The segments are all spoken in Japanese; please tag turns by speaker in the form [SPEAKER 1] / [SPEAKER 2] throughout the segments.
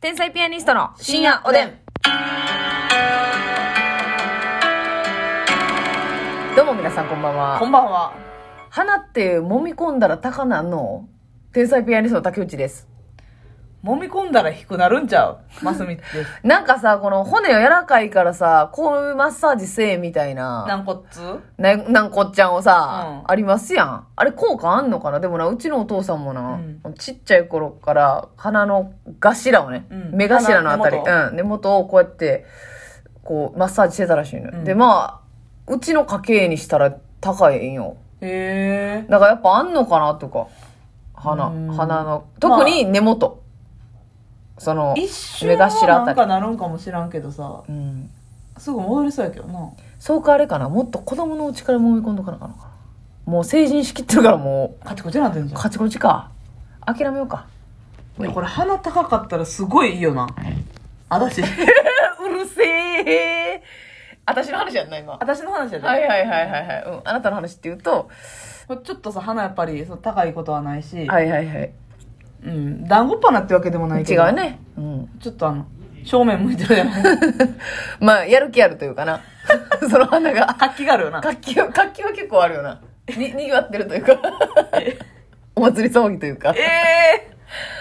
[SPEAKER 1] 天才ピアニストの深夜おでん。どうも皆さんこんばん
[SPEAKER 2] こ
[SPEAKER 1] は。
[SPEAKER 2] んばんは。
[SPEAKER 1] 花って揉み込んだら高なんの天才ピアニストの竹内です。
[SPEAKER 2] 揉み込んだら低くなるん ちゃうますみです。
[SPEAKER 1] なんかさ、この骨柔らかいからさ、こういうマッサージせえみたいな、
[SPEAKER 2] 軟骨痛
[SPEAKER 1] ななんこっちゃんをさ、
[SPEAKER 2] うん
[SPEAKER 1] ありますやん。あれ効果あんのかなでもな、うちのお父さんもな、ちっちゃい頃から鼻の頭をね、
[SPEAKER 2] うん
[SPEAKER 1] 目頭のあたり、
[SPEAKER 2] 鼻
[SPEAKER 1] うん、根元をこうやって、こう、マッサージしてたらしいのよ。
[SPEAKER 2] うん
[SPEAKER 1] で、まあ、うちの家系にしたら高いんよ。
[SPEAKER 2] へえ。
[SPEAKER 1] だからやっぱあんのかなとか、鼻、
[SPEAKER 2] うん
[SPEAKER 1] 鼻の、特に根元。その、
[SPEAKER 2] 一瞬
[SPEAKER 1] 目
[SPEAKER 2] は
[SPEAKER 1] 頭あ
[SPEAKER 2] な
[SPEAKER 1] た
[SPEAKER 2] ん
[SPEAKER 1] り。
[SPEAKER 2] かなるんかもしらんけどさ、
[SPEAKER 1] うん
[SPEAKER 2] すぐ戻りそうやけどな。
[SPEAKER 1] そうかあれかなもっと子供のうちから揉み込んどかなあかんのかなもう成人しきってるからも
[SPEAKER 2] カチコチなってんじ
[SPEAKER 1] う
[SPEAKER 2] ゃ
[SPEAKER 1] カチコチか諦めようか
[SPEAKER 2] ん。いや、これ鼻高かったらすごいいいよな。 私、
[SPEAKER 1] うるせえ私の話じゃない今は
[SPEAKER 2] 私の話や
[SPEAKER 1] い
[SPEAKER 2] で。
[SPEAKER 1] はいはいはいはい、うん、あなたの話っていうと
[SPEAKER 2] これちょっとさ、鼻やっぱりそう高いことはないし、
[SPEAKER 1] はいはいはい
[SPEAKER 2] うん、団子っ鼻ってわけでもない
[SPEAKER 1] 違
[SPEAKER 2] けど。
[SPEAKER 1] う。ねうん
[SPEAKER 2] ちょっとあの、正面向いてるやん。
[SPEAKER 1] まあやる気あるというかな その花が
[SPEAKER 2] 活気があるよな。
[SPEAKER 1] 活気は活気は結構あるよなににぎわってるというか お祭り騒ぎというか
[SPEAKER 2] ええ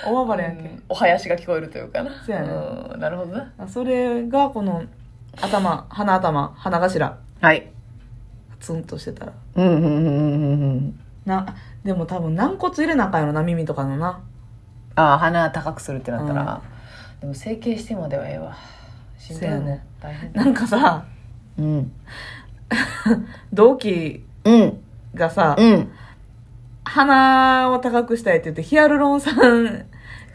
[SPEAKER 2] ー、大暴れやんけ。
[SPEAKER 1] うんお囃子が聞こえるというかな
[SPEAKER 2] そうやね
[SPEAKER 1] うんなるほどな
[SPEAKER 2] あそれがこの頭鼻頭鼻頭
[SPEAKER 1] はい
[SPEAKER 2] ツンとしてたら
[SPEAKER 1] うんうんうんうんうんうん
[SPEAKER 2] なでも多分軟骨入れなあかんよな耳とかのな
[SPEAKER 1] ああ鼻高くするってなったら、でも整形してまではええわしんどいよ
[SPEAKER 2] せやね
[SPEAKER 1] ね大変だ
[SPEAKER 2] なんかさ
[SPEAKER 1] うん
[SPEAKER 2] 同期
[SPEAKER 1] うん
[SPEAKER 2] がさ、
[SPEAKER 1] うん
[SPEAKER 2] 鼻を高くしたいって言ってヒアルロン酸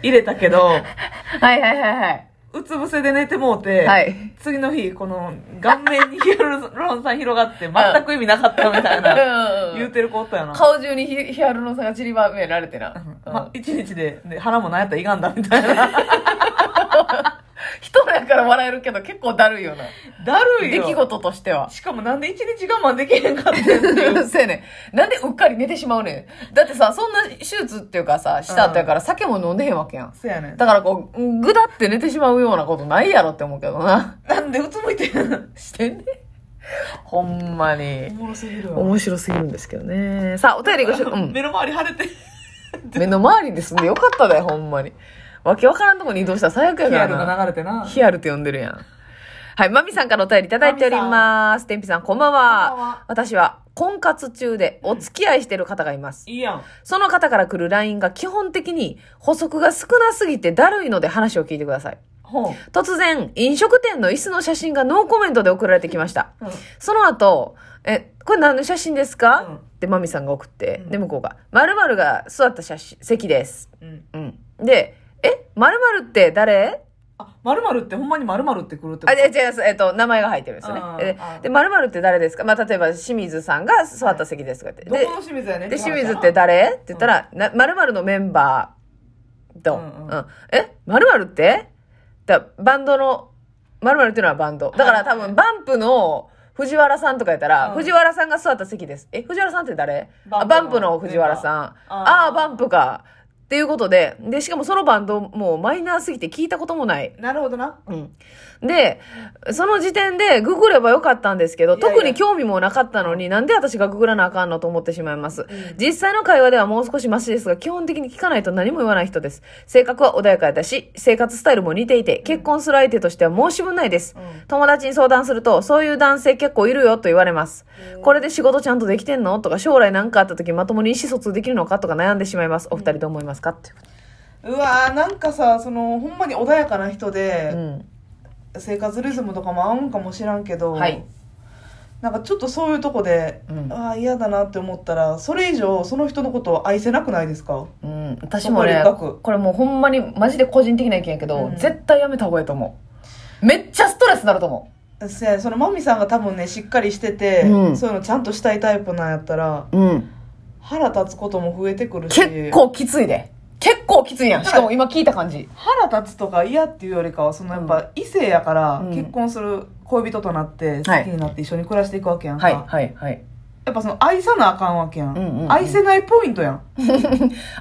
[SPEAKER 2] 入れたけど
[SPEAKER 1] はいはいはいはいう
[SPEAKER 2] つ伏せで寝てもうて、
[SPEAKER 1] はい
[SPEAKER 2] 次の日この顔面にヒアルロン酸広がって全く意味なかったみたいな言うてる子おったよな、
[SPEAKER 1] 顔中にヒヒアルロン酸が散りばめられてな、うん
[SPEAKER 2] ま、一日で、ね、鼻もなんやったらいがんだみたいな
[SPEAKER 1] 人のやから笑えるけど結構だるいよな
[SPEAKER 2] だるい
[SPEAKER 1] 出
[SPEAKER 2] よ
[SPEAKER 1] 来事としては
[SPEAKER 2] しかもなんで一日我慢できへんかってん って
[SPEAKER 1] そう
[SPEAKER 2] いう。
[SPEAKER 1] やねんなんでうっかり寝てしまうねんだってさそんな手術っていうかさした後やから酒も飲んでへんわけやん
[SPEAKER 2] そやねん。
[SPEAKER 1] だからこうぐだって寝てしまうようなことないやろって思うけどな
[SPEAKER 2] なんでうつむいてん
[SPEAKER 1] してんねほんまに
[SPEAKER 2] もろすぎるわ。
[SPEAKER 1] 面白すぎるんですけどねさあお便りごしょ、 うん、
[SPEAKER 2] 目の周り腫れて。
[SPEAKER 1] 目の周りで住んでよかっただよほんまにわけわからんとこに移動したら最悪や
[SPEAKER 2] ヒ
[SPEAKER 1] か
[SPEAKER 2] アル
[SPEAKER 1] らな
[SPEAKER 2] が流れてな。
[SPEAKER 1] ヒアルって呼んでるやんはいマミさんからお便りいただいております天日さんこんばんは
[SPEAKER 2] こんばんは
[SPEAKER 1] 私は婚活中でお付き合いしてる方がいます
[SPEAKER 2] いいやん。
[SPEAKER 1] その方から来る LINE が基本的に補足が少なすぎてだるいので話を聞いてください
[SPEAKER 2] ほん。
[SPEAKER 1] 突然飲食店の椅子の写真がノーコメントで送られてきました
[SPEAKER 2] うん
[SPEAKER 1] その後、え、これ何の写真ですか、
[SPEAKER 2] うん
[SPEAKER 1] ってマミさんが送って、
[SPEAKER 2] うん
[SPEAKER 1] で、向こうが、〇〇が座った写真、席です。
[SPEAKER 2] うん。
[SPEAKER 1] うん。で、え、〇〇って誰
[SPEAKER 2] あ、〇〇ってほんまに〇〇ってくるってこ
[SPEAKER 1] あ、
[SPEAKER 2] と
[SPEAKER 1] で違います。えっと、名前が入ってるんですよね
[SPEAKER 2] あ。ー
[SPEAKER 1] え
[SPEAKER 2] あー
[SPEAKER 1] で、〇〇って誰ですかまあ、例えば、清水さんが座った席ですとかって。
[SPEAKER 2] ど
[SPEAKER 1] で
[SPEAKER 2] この、清水やねん
[SPEAKER 1] で、清水っ
[SPEAKER 2] 話
[SPEAKER 1] て
[SPEAKER 2] やな
[SPEAKER 1] 誰って言ったら、な〇〇のメンバーと、う
[SPEAKER 2] うんん
[SPEAKER 1] う
[SPEAKER 2] うん
[SPEAKER 1] ん。え、〇〇ってだバンドの、〇〇っていうのはバンド。だから多分、バンプの藤原さんとかやったら、
[SPEAKER 2] うん
[SPEAKER 1] 藤原さんが座った席です。え、藤原さんって誰あバ
[SPEAKER 2] バ
[SPEAKER 1] ン
[SPEAKER 2] ン
[SPEAKER 1] プ
[SPEAKER 2] プ
[SPEAKER 1] の
[SPEAKER 2] の
[SPEAKER 1] 藤原さん。あ
[SPEAKER 2] ー
[SPEAKER 1] あー、バンプか。っていうことで、で、しかもそのバンドもうマイナーすぎて聞いたこともない。
[SPEAKER 2] なるほどな。
[SPEAKER 1] うん。で、その時点でググればよかったんですけど、
[SPEAKER 2] いやいや
[SPEAKER 1] 特に興味もなかったのに、なんで私がググらなあかんのと思ってしまいます。
[SPEAKER 2] ん
[SPEAKER 1] 実際の会話ではもう少しマシですが、基本的に聞かないと何も言わない人です。性格は穏やかだし、生活スタイルも似ていて、結婚する相手としては申し分ないです。
[SPEAKER 2] うん
[SPEAKER 1] 友達に相談すると、そういう男性結構いるよと言われます。これで仕事ちゃんとできてんのとか、将来何かあった時まともに意思疎通できるのかとか悩んでしまいます。お二人どう思いますかっていうこと。
[SPEAKER 2] うわーなんかさ、その、ほんまに穏やかな人
[SPEAKER 1] う
[SPEAKER 2] で、
[SPEAKER 1] ん。
[SPEAKER 2] 生活リズムとかも合うんかもしらんけど、
[SPEAKER 1] はい。
[SPEAKER 2] なんかちょっとそういうとこで、
[SPEAKER 1] うん
[SPEAKER 2] ああ嫌だなって思ったらそれ以上その人のことを愛せなくないですか
[SPEAKER 1] うん、私もね
[SPEAKER 2] そこに書く
[SPEAKER 1] これもうほんまにマジで個人的な意見やけど、
[SPEAKER 2] うん
[SPEAKER 1] 絶対やめた方がいいと思うめっちゃストレスになると思
[SPEAKER 2] せやそのマミさんが多分ねしっかりしてて、
[SPEAKER 1] うん
[SPEAKER 2] そういうのちゃんとしたいタイプなんやったら
[SPEAKER 1] う、うん、
[SPEAKER 2] 腹立つことも増えてくるし
[SPEAKER 1] 結構きついで結構きついやんしかも今聞いた感じ
[SPEAKER 2] 腹立つとか嫌っていうよりかはそのやっぱ異性やから、
[SPEAKER 1] うん
[SPEAKER 2] 結婚する恋人となって好
[SPEAKER 1] はい
[SPEAKER 2] きになって一緒に暮らしていくわけやんか、
[SPEAKER 1] はいはいはい
[SPEAKER 2] やっぱその愛さなあかんわけやん,、
[SPEAKER 1] うんうんうん
[SPEAKER 2] 愛せないポイントやん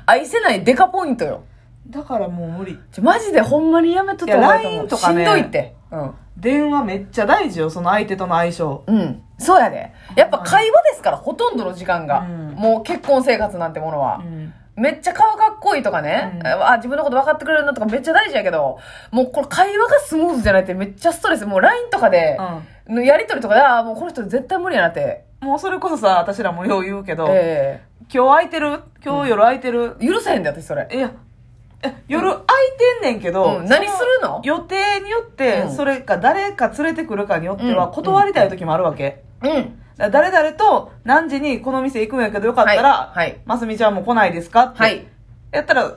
[SPEAKER 1] 愛せないデカポイントよ
[SPEAKER 2] だからもう無理。
[SPEAKER 1] ちょマジでほんまにやめとった方がいい
[SPEAKER 2] いや LINE
[SPEAKER 1] と
[SPEAKER 2] と
[SPEAKER 1] 思う
[SPEAKER 2] かね
[SPEAKER 1] しんどいって。うん。
[SPEAKER 2] 電話めっちゃ大事よ、その相手との相性。
[SPEAKER 1] うん。そうやで。やっぱ会話ですから、ほとんどの時間が。
[SPEAKER 2] うん
[SPEAKER 1] もう結婚生活なんてものは。
[SPEAKER 2] ん。
[SPEAKER 1] めっちゃ顔かっこいいとかね、
[SPEAKER 2] うん
[SPEAKER 1] あ、自分のこと分かってくれるなとかめっちゃ大事やけど、もうこれ会話がスムーズじゃないってめっちゃストレス。もう LINE とかで、のやりとりとかで、ああ、もうこの人絶対無理やなって。
[SPEAKER 2] もうそれこそさ、私らもよう言うけど、
[SPEAKER 1] え
[SPEAKER 2] 今日空いてる今日夜空いてる、
[SPEAKER 1] え許せへんで、私それ。
[SPEAKER 2] いや、え夜空いてんねんけど、
[SPEAKER 1] うん何するの
[SPEAKER 2] 予定によって、
[SPEAKER 1] うん
[SPEAKER 2] それか誰か連れてくるかによっては
[SPEAKER 1] うん
[SPEAKER 2] 断りたい時もあるわけ。
[SPEAKER 1] うん。
[SPEAKER 2] だから誰々と何時にこの店行くんやけどよかったら、
[SPEAKER 1] はいはい
[SPEAKER 2] ますみちゃんも来ないですかって、
[SPEAKER 1] はい。
[SPEAKER 2] やったら、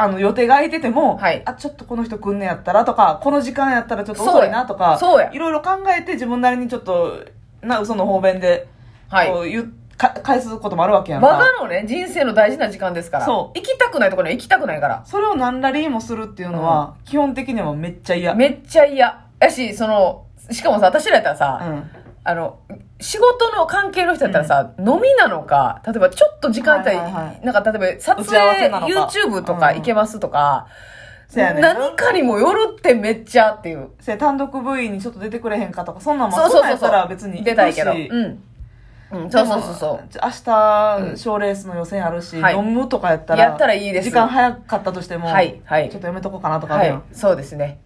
[SPEAKER 2] あの予定が空いてても、
[SPEAKER 1] はい
[SPEAKER 2] あ、ちょっとこの人来んねやったらとか、この時間やったらちょっと遅いなとか、
[SPEAKER 1] そうやそうや
[SPEAKER 2] いろいろ考えて自分なりにちょっと、な、嘘の方便で、
[SPEAKER 1] はい
[SPEAKER 2] こう言う、か返すこともあるわけやん
[SPEAKER 1] 我
[SPEAKER 2] か。
[SPEAKER 1] がのね、人生の大事な時間ですから。
[SPEAKER 2] そう
[SPEAKER 1] 行きたくないところには行きたくないから。
[SPEAKER 2] それを何ラリーもするっていうのは、基本的にはめっちゃ嫌。
[SPEAKER 1] めっちゃ嫌。やし、その、しかもさ、私らやったらさ、
[SPEAKER 2] うん。
[SPEAKER 1] あの、仕事の関係の人やったらさ、飲みなのか、例えばちょっと時間帯、
[SPEAKER 2] はいはいはい
[SPEAKER 1] なんか例えば撮
[SPEAKER 2] 打ち合わせ
[SPEAKER 1] 影、
[SPEAKER 2] なのか
[SPEAKER 1] YouTube とか行けますとか、
[SPEAKER 2] せやねんな
[SPEAKER 1] 何かにもよるってめっちゃっていう。
[SPEAKER 2] せや単独部位にちょっと出てくれへんかとか、そんなんも
[SPEAKER 1] そうそ
[SPEAKER 2] そんなんや
[SPEAKER 1] う
[SPEAKER 2] っ
[SPEAKER 1] そ
[SPEAKER 2] たら
[SPEAKER 1] う。
[SPEAKER 2] 別に行くし。
[SPEAKER 1] 出たいけど。うん。うん、そうそうそうそ
[SPEAKER 2] でも明日、賞レースの予選あるし、
[SPEAKER 1] はい
[SPEAKER 2] 飲むとかやったら、
[SPEAKER 1] やったらいいです
[SPEAKER 2] 時間早かったとして
[SPEAKER 1] う。
[SPEAKER 2] も、
[SPEAKER 1] はい、はい
[SPEAKER 2] ちょっ。とやめとこうかなとかあ
[SPEAKER 1] は
[SPEAKER 2] るやん
[SPEAKER 1] い、そうですね。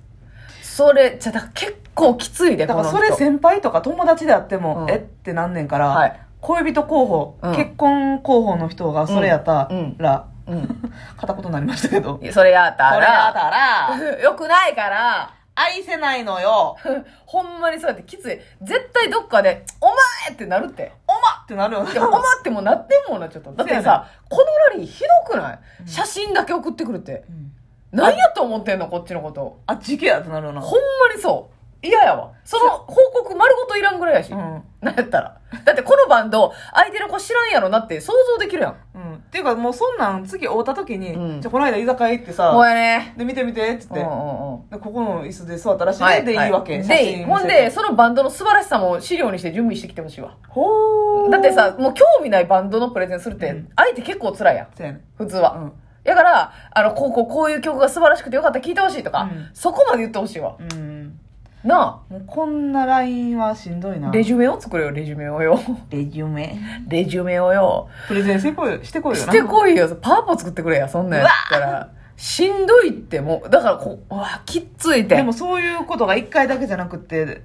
[SPEAKER 1] それ、じゃ、だから結構きついで、
[SPEAKER 2] だから
[SPEAKER 1] こ
[SPEAKER 2] そ
[SPEAKER 1] の
[SPEAKER 2] れ
[SPEAKER 1] 人
[SPEAKER 2] 先輩とか友達であっても、
[SPEAKER 1] うん
[SPEAKER 2] えってなんねんから、
[SPEAKER 1] はい
[SPEAKER 2] 恋人候補、
[SPEAKER 1] うん
[SPEAKER 2] 結婚候補の人がそれやったら、
[SPEAKER 1] うん
[SPEAKER 2] 片言になりましたけど。こ
[SPEAKER 1] いや。それや った
[SPEAKER 2] れや
[SPEAKER 1] ら、
[SPEAKER 2] だ ら、
[SPEAKER 1] よくないから、
[SPEAKER 2] 愛せないのよ、
[SPEAKER 1] ほんまにそうやってきつい。絶対どっかで、お前ってなるって。
[SPEAKER 2] おまってなるよ
[SPEAKER 1] いやお前ってもうなってんもんな、ちょっと。だって
[SPEAKER 2] そうや
[SPEAKER 1] さ、このラリーひどくない写真だけ送ってくるって。
[SPEAKER 2] うん
[SPEAKER 1] 何やと思ってんの、こっちのこと。
[SPEAKER 2] あっち行けやってなるよな。
[SPEAKER 1] ほんまにそう。嫌やわ。その報告丸ごといらんぐらいやし。
[SPEAKER 2] うん
[SPEAKER 1] なんやったら。だってこのバンド、相手の子知らんやろなって想像できるやん。
[SPEAKER 2] うん、っていうかもうそんなん次会うた時に、
[SPEAKER 1] うん
[SPEAKER 2] じゃあこの間居酒屋行って
[SPEAKER 1] ほう
[SPEAKER 2] さ、
[SPEAKER 1] やね。
[SPEAKER 2] で見て見てっつっ
[SPEAKER 1] うん
[SPEAKER 2] て、
[SPEAKER 1] う
[SPEAKER 2] で
[SPEAKER 1] んうん。
[SPEAKER 2] ここの椅子で座ったらしいで、
[SPEAKER 1] はい
[SPEAKER 2] でいいわけ。写真見せ
[SPEAKER 1] で
[SPEAKER 2] て
[SPEAKER 1] ほんで、そのバンドの素晴らしさも資料にして準備してきてほしいわ。
[SPEAKER 2] ほー
[SPEAKER 1] だって、さ、もう興味ないバンドのプレゼンするって、
[SPEAKER 2] うん
[SPEAKER 1] 相手結構辛いやん。
[SPEAKER 2] せやねん
[SPEAKER 1] 普通
[SPEAKER 2] う
[SPEAKER 1] は。
[SPEAKER 2] ん。
[SPEAKER 1] だから、あの、こうこう、こういう曲が素晴らしくてよかった、聞いてほしいとか、
[SPEAKER 2] うん
[SPEAKER 1] そこまで言ってほしいわ。
[SPEAKER 2] うん。
[SPEAKER 1] な
[SPEAKER 2] もうこんな LINE はしんどい
[SPEAKER 1] あ、
[SPEAKER 2] な。
[SPEAKER 1] レジュメを作れよ、レジュメをよ。
[SPEAKER 2] レジュメ。
[SPEAKER 1] レジュメをよ。
[SPEAKER 2] プレゼンしてこいよ。してこいよ
[SPEAKER 1] し
[SPEAKER 2] な。
[SPEAKER 1] てこいよ、パーポ作ってくれや、そんなんやったら。しんどいって、もう、だからこう、うわ、きっついて。
[SPEAKER 2] で
[SPEAKER 1] も
[SPEAKER 2] もそういうことが一回だけじゃなくて、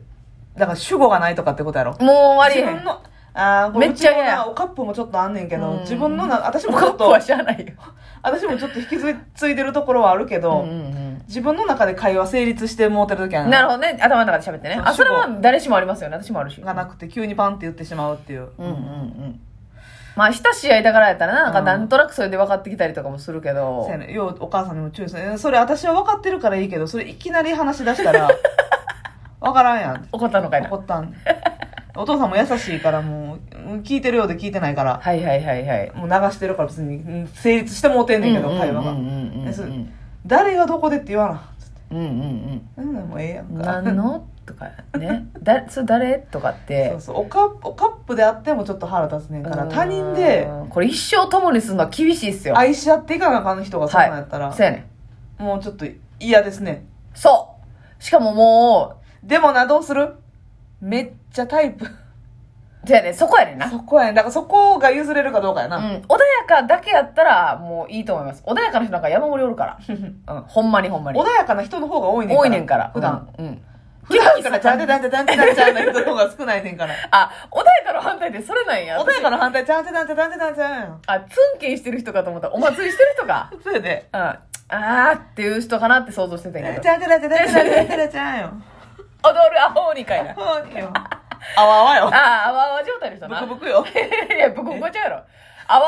[SPEAKER 2] だから主語がないとかってことやろ。
[SPEAKER 1] う終わりへ
[SPEAKER 2] 自分
[SPEAKER 1] ん。
[SPEAKER 2] の、あーこ
[SPEAKER 1] め
[SPEAKER 2] れ
[SPEAKER 1] っちゃ
[SPEAKER 2] う
[SPEAKER 1] 嫌
[SPEAKER 2] も
[SPEAKER 1] や
[SPEAKER 2] なおカップもちょっとあんねんけ
[SPEAKER 1] うん
[SPEAKER 2] ど、自分のな、私
[SPEAKER 1] お
[SPEAKER 2] もち
[SPEAKER 1] か
[SPEAKER 2] ょっ
[SPEAKER 1] っぱ
[SPEAKER 2] と
[SPEAKER 1] は、知らないよ。
[SPEAKER 2] 私もちょっと引き継いでるところはあるけど、
[SPEAKER 1] うんうん
[SPEAKER 2] 自分の中で会話成立してもうてる時は
[SPEAKER 1] うんなるほどね。頭の中で喋ってね。
[SPEAKER 2] そう
[SPEAKER 1] あ、それは
[SPEAKER 2] 主
[SPEAKER 1] 誰しもありますよね。私もあるし。
[SPEAKER 2] がなくて急にパンって言ってしまうっていう、
[SPEAKER 1] うんうんうん。まあ、親しい間からやったらな、なんか
[SPEAKER 2] うん
[SPEAKER 1] なんとなくそれで分かってきたりとかもするけど
[SPEAKER 2] せや。ねようお母さんにも注意するえそれ私は分かってるからいいけどそれいきなり話し出した ら分からんやん
[SPEAKER 1] 怒ったのかいな。
[SPEAKER 2] 怒ったんお父さんも優しいからもううん聞いてるようで聞いてないから
[SPEAKER 1] はいはいはいはい。
[SPEAKER 2] もう流してるから別にうん成立してもうてんねんけど、会話が、
[SPEAKER 1] うんうんうんうん
[SPEAKER 2] えそ誰がどこでって言わな
[SPEAKER 1] うんうん
[SPEAKER 2] うんもうええやん
[SPEAKER 1] うん。
[SPEAKER 2] か
[SPEAKER 1] 何のとかね。だ、それ誰とかっ
[SPEAKER 2] そ
[SPEAKER 1] て
[SPEAKER 2] う。そうおカップおカップであってもちょっと腹立つねんから
[SPEAKER 1] うん
[SPEAKER 2] 他人で。
[SPEAKER 1] これ一生共にするのは厳しいっすよ。
[SPEAKER 2] 愛し合っていかなあかん人がそうなんやったら、
[SPEAKER 1] そうやねん。
[SPEAKER 2] もうちょっと嫌ですね
[SPEAKER 1] そう。しかもも
[SPEAKER 2] でもな、どうするめっちゃタイプ。
[SPEAKER 1] う、そうやねん。そこやねんな。
[SPEAKER 2] そこやねん。だからそこが譲れるかどうかや
[SPEAKER 1] うん、
[SPEAKER 2] な。
[SPEAKER 1] 穏やかだけやったらもういいと思います穏やかな人なんか山盛りおるから、うん、ほんまにほんまに
[SPEAKER 2] 穏やかな人の方が多いねんから。
[SPEAKER 1] 多いねんから
[SPEAKER 2] 普段。
[SPEAKER 1] うん、うん、
[SPEAKER 2] 普段からちゃんちゃんちゃんちゃんちゃんちゃんな人の方が少ないねんから。
[SPEAKER 1] あ穏やかの反対でそれなんや
[SPEAKER 2] 穏やかの反対、ちゃんちゃんちゃんちゃんちゃんちゃん。
[SPEAKER 1] あツンケンしてる人かと思ったらお祭りしてる人か
[SPEAKER 2] それで。
[SPEAKER 1] うんあーっていう人かなって想像してたん
[SPEAKER 2] ち
[SPEAKER 1] やけ
[SPEAKER 2] ゃん
[SPEAKER 1] ど
[SPEAKER 2] ちゃんちゃんちゃんちゃんちゃんちゃんちゃんよ。
[SPEAKER 1] 踊るアホ鬼かい なあ
[SPEAKER 2] そうよ。あわあわよ。
[SPEAKER 1] ああわあわ状態の人な
[SPEAKER 2] ブクブクよ。
[SPEAKER 1] いやブクブクちゃうやろあわあわあわ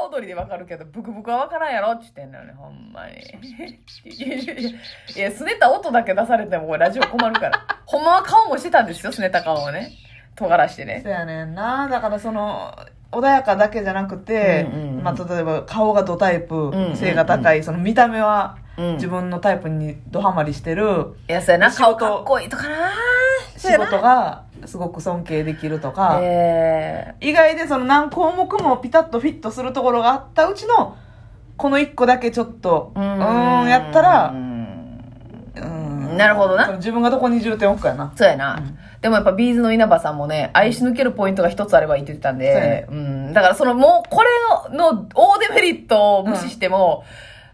[SPEAKER 1] あわ踊りでわかるけどブクブクはわからんやろって言ってんのよねほん まにいやすねた音だけ出されてもラジオ困る からほんまは顔もしてたんですよすねた顔をね尖らしてね
[SPEAKER 2] そうやねんな。だからその、穏やかだけじゃなくて、
[SPEAKER 1] うんうんうん
[SPEAKER 2] まあ例えば顔がドタイプ
[SPEAKER 1] んうんうん、
[SPEAKER 2] 背が高い、その見た目は
[SPEAKER 1] うん
[SPEAKER 2] 自分のタイプにドハマりしてる。
[SPEAKER 1] いやそうやな
[SPEAKER 2] 仕事
[SPEAKER 1] 顔かっこいいとかな
[SPEAKER 2] 仕事がすごく尊敬できるとか、
[SPEAKER 1] ええ
[SPEAKER 2] 意外でその何項目もピタッとフィットするところがあったうちのこの一個だけちょっと、う
[SPEAKER 1] う
[SPEAKER 2] ーん、やったら、うーん
[SPEAKER 1] なるほどな
[SPEAKER 2] 自分がどこに重点を置くかやな。
[SPEAKER 1] そうやな、でもやっぱビーズの稲葉さんもね愛し抜けるポイントが一つあればいいって言ってたん
[SPEAKER 2] そうやね
[SPEAKER 1] でう、ん、だからそのもうこれのの大デメリットを無視しても、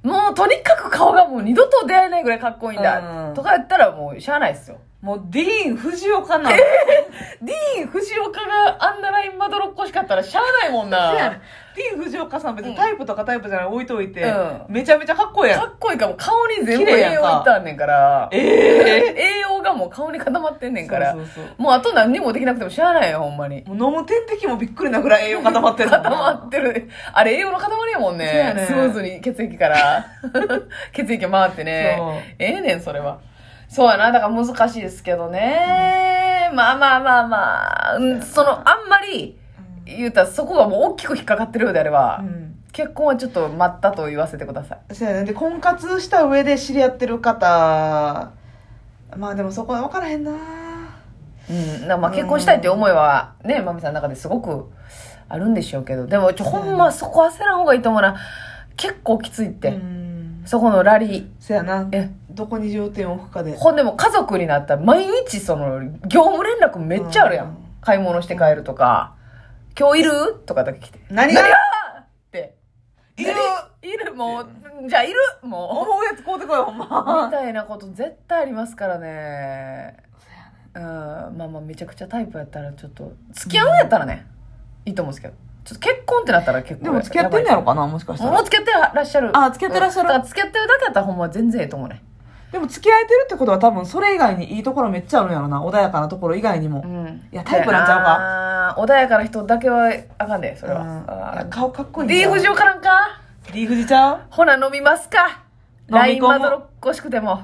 [SPEAKER 1] もうとにかく顔がもう二度と出会えないぐらいかっこいいんだ、
[SPEAKER 2] うん
[SPEAKER 1] とかやったらもうしゃあないっすよ
[SPEAKER 2] もう、ディーン・藤岡なの。
[SPEAKER 1] ディーン・藤岡があんなラインまどろっこしかったらしゃあないもん
[SPEAKER 2] そうや
[SPEAKER 1] な
[SPEAKER 2] ねんディーン・藤岡さん別にタイプとかタイプじゃない置いといて、
[SPEAKER 1] うん
[SPEAKER 2] めちゃめちゃかっこいいや
[SPEAKER 1] か
[SPEAKER 2] ん。
[SPEAKER 1] っこいいからもう顔に全部
[SPEAKER 2] 綺麗や
[SPEAKER 1] 栄
[SPEAKER 2] ん
[SPEAKER 1] 養
[SPEAKER 2] か
[SPEAKER 1] いったんねんから
[SPEAKER 2] え
[SPEAKER 1] 栄養がもう顔に固まってんね
[SPEAKER 2] え
[SPEAKER 1] んから
[SPEAKER 2] そうそう
[SPEAKER 1] もうあと何にもできなくてもしゃあないよほんまに
[SPEAKER 2] そう。もう飲む点滴もびっくりなぐらい栄養固まってるもんな
[SPEAKER 1] 固まってる。あれ栄養の塊やもんね。
[SPEAKER 2] そうやね
[SPEAKER 1] スムーズに血液から。血液回ってね。ええねん、それは。そうやな。だから難しいですけどね。まあまあまあまあ。うん、その、あんまり、言うたらそこがもう大きく引っかかってるようであれば、
[SPEAKER 2] うん。
[SPEAKER 1] 結婚はちょっと待ったと言わせてください。
[SPEAKER 2] そうやねんで、婚活した上で知り合ってる方、まあでもそこは分からへんな
[SPEAKER 1] うん、なまあ結婚したいって思いはね、まみさんの中ですごくあるんでしょうけど、でもちょ、ほんまそこ焦らん方がいいと思うな。結構きついって。
[SPEAKER 2] うん。
[SPEAKER 1] そこのラリー。
[SPEAKER 2] そうやな
[SPEAKER 1] え
[SPEAKER 2] どこに重点を置くかで。
[SPEAKER 1] ほんでも家族になったら毎日その業務連絡めっちゃあるやん。
[SPEAKER 2] うん
[SPEAKER 1] 買い物して帰るとか、今日いるとかだけ来て。
[SPEAKER 2] 何が
[SPEAKER 1] って。
[SPEAKER 2] いる
[SPEAKER 1] いるもう、じゃあいるも
[SPEAKER 2] 思うやつ買うてこい、ほん
[SPEAKER 1] う。み
[SPEAKER 2] ま。
[SPEAKER 1] たいなこと絶対ありますからね。うん、まあまあめちゃくちゃタイプやったらちょっと、付き合うんやったらね、いいと思うんですけど。ちょっと結婚ってなったら結構
[SPEAKER 2] でも付き合ってんのやろ
[SPEAKER 1] か
[SPEAKER 2] かな、もしかした
[SPEAKER 1] もう
[SPEAKER 2] ら。
[SPEAKER 1] 付き合ってらっしゃる。
[SPEAKER 2] あ付き合ってらっしゃる
[SPEAKER 1] うんだから付き合ってるだけやったらほんま全然ええと思うね。
[SPEAKER 2] でも付き合えてるってことは多分それ以外にいいところめっちゃあるんやろな。穏やかなところ以外にも。
[SPEAKER 1] うん
[SPEAKER 2] いやタイプなんちゃう
[SPEAKER 1] か穏やかな人だけはあかんでそれは、
[SPEAKER 2] うんい
[SPEAKER 1] あ
[SPEAKER 2] や顔かっこい
[SPEAKER 1] ー
[SPEAKER 2] い
[SPEAKER 1] D 不
[SPEAKER 2] じ
[SPEAKER 1] 条からんか
[SPEAKER 2] リーフジちゃう
[SPEAKER 1] ほな飲みますか
[SPEAKER 2] 飲み込む
[SPEAKER 1] LINE まどろっこしくても